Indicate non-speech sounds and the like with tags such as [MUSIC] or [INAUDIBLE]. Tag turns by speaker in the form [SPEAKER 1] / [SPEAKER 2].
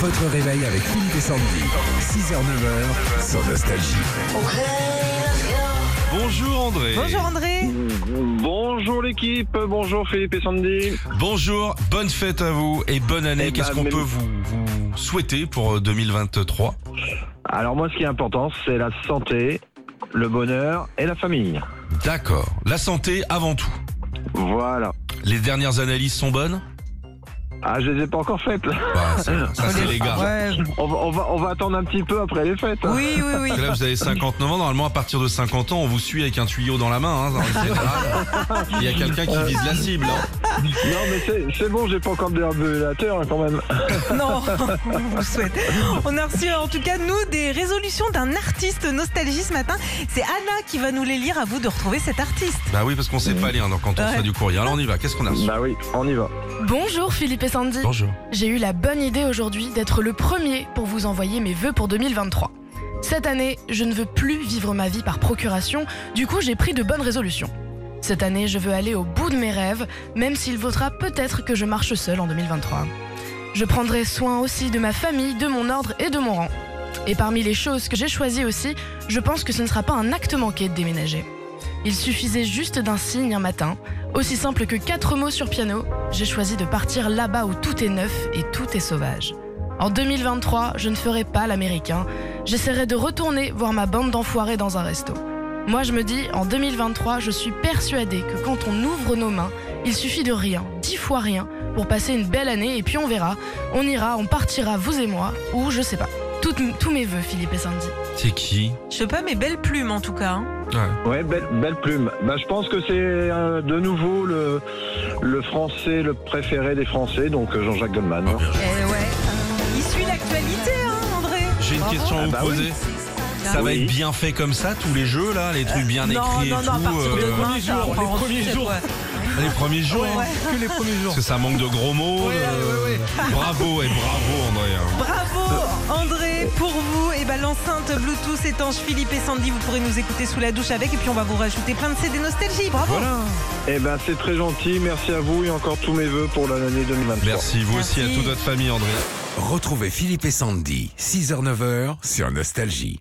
[SPEAKER 1] Votre réveil avec Philippe et Sandy. 6h-9h sur Nostalgie.
[SPEAKER 2] Bonjour André.
[SPEAKER 3] Bonjour André.
[SPEAKER 4] Bonjour l'équipe, bonjour Philippe et Sandy.
[SPEAKER 2] Bonjour, bonne fête à vous et bonne année.
[SPEAKER 4] Eh ben,
[SPEAKER 2] Qu'est-ce qu'on
[SPEAKER 4] même-
[SPEAKER 2] peut vous, vous souhaiter pour euh, 2023
[SPEAKER 4] Alors moi ce qui est important c'est la santé, le bonheur et la famille.
[SPEAKER 2] D'accord. La santé avant tout.
[SPEAKER 4] Voilà.
[SPEAKER 2] Les dernières analyses sont bonnes
[SPEAKER 4] Ah je les ai pas encore faites. [LAUGHS] là.
[SPEAKER 2] Bah, Ça, ça, c'est les gars.
[SPEAKER 3] Euh, Ouais.
[SPEAKER 4] On va, on va, on va attendre un petit peu après les fêtes. [LAUGHS] hein.
[SPEAKER 3] Oui, oui, oui.
[SPEAKER 2] Parce que Là, vous avez 59 ans. Normalement, à partir de 50 ans, on vous suit avec un tuyau dans la main. hein, en général. Il y a quelqu'un qui vise la cible. hein.
[SPEAKER 4] Non mais c'est- c'est bon, j'ai pas encore de déambulateur hein, quand même.
[SPEAKER 3] Non, [LAUGHS] on vous le souhaite. On a reçu en tout cas, nous, des résolutions d'un artiste nostalgie ce matin. C'est Anna qui va nous les lire à vous de retrouver cet artiste.
[SPEAKER 2] Bah oui, parce qu'on sait pas lire donc, quand on
[SPEAKER 3] Ouais.
[SPEAKER 2] reçoit du courrier. Alors, on y va. Qu'est-ce qu'on a reçu
[SPEAKER 4] Bah oui, on y va.
[SPEAKER 5] Bonjour Philippe et Sandy.
[SPEAKER 2] Bonjour.
[SPEAKER 5] J'ai eu la bonne idée aujourd'hui d'être le premier pour vous envoyer mes vœux pour 2023. Cette année, je ne veux plus vivre ma vie par procuration, du coup j'ai pris de bonnes résolutions. Cette année, je veux aller au bout de mes rêves, même s'il vaudra peut-être que je marche seul en 2023. Je prendrai soin aussi de ma famille, de mon ordre et de mon rang. Et parmi les choses que j'ai choisies aussi, je pense que ce ne sera pas un acte manqué de déménager. Il suffisait juste d'un signe un matin, aussi simple que quatre mots sur piano, j'ai choisi de partir là-bas où tout est neuf et tout est sauvage. En 2023, je ne ferai pas l'américain. J'essaierai de retourner voir ma bande d'enfoirés dans un resto. Moi, je me dis, en 2023, je suis persuadée que quand on ouvre nos mains, il suffit de rien, dix fois rien, pour passer une belle année et puis on verra. On ira, on partira, vous et moi, ou je sais pas. Toutes- tous mes voeux, Philippe et Sandy.
[SPEAKER 2] C'est qui
[SPEAKER 3] Je sais pas, mais belle plume en tout cas. hein.
[SPEAKER 4] Ouais, belle, belle plume. Bah je pense que c'est euh, de nouveau le, le français, le préféré des Français, donc euh, Jean-Jacques Goldman.
[SPEAKER 2] Oh, bien
[SPEAKER 3] Eh
[SPEAKER 2] joué.
[SPEAKER 3] ouais. Il suit l'actualité, hein, André.
[SPEAKER 2] J'ai une
[SPEAKER 3] Bravo. Ah
[SPEAKER 2] question à vous
[SPEAKER 4] bah oui.
[SPEAKER 2] poser. Ça va
[SPEAKER 4] Oui.
[SPEAKER 2] être bien fait comme ça, tous les jeux là, les trucs bien
[SPEAKER 3] Euh, non,
[SPEAKER 2] écrits
[SPEAKER 3] non,
[SPEAKER 2] et
[SPEAKER 3] non, à
[SPEAKER 2] tout.
[SPEAKER 3] partir de
[SPEAKER 2] euh,
[SPEAKER 3] demain, ça
[SPEAKER 6] jours,
[SPEAKER 3] reprend
[SPEAKER 6] les
[SPEAKER 3] en
[SPEAKER 6] premiers
[SPEAKER 3] sucette,
[SPEAKER 6] jours.
[SPEAKER 3] ouais.
[SPEAKER 2] les premiers jours.
[SPEAKER 3] Ouais.
[SPEAKER 6] que les premiers jours.
[SPEAKER 2] Parce que ça manque de gros mots.
[SPEAKER 6] Ouais,
[SPEAKER 2] euh,
[SPEAKER 6] ouais,
[SPEAKER 2] Bravo et bravo André. hein.
[SPEAKER 3] Bravo André pour vous. Et ben l'enceinte Bluetooth étanche Philippe et Sandy, vous pourrez nous écouter sous la douche avec et puis on va vous rajouter plein de CD nostalgie. Bravo.
[SPEAKER 2] Voilà.
[SPEAKER 4] Eh ben c'est très gentil, merci à vous et encore tous mes voeux pour l'année 2023.
[SPEAKER 2] Merci vous aussi
[SPEAKER 3] Merci.
[SPEAKER 2] à toute votre famille André.
[SPEAKER 1] Retrouvez Philippe et Sandy. 6h-9h sur Nostalgie.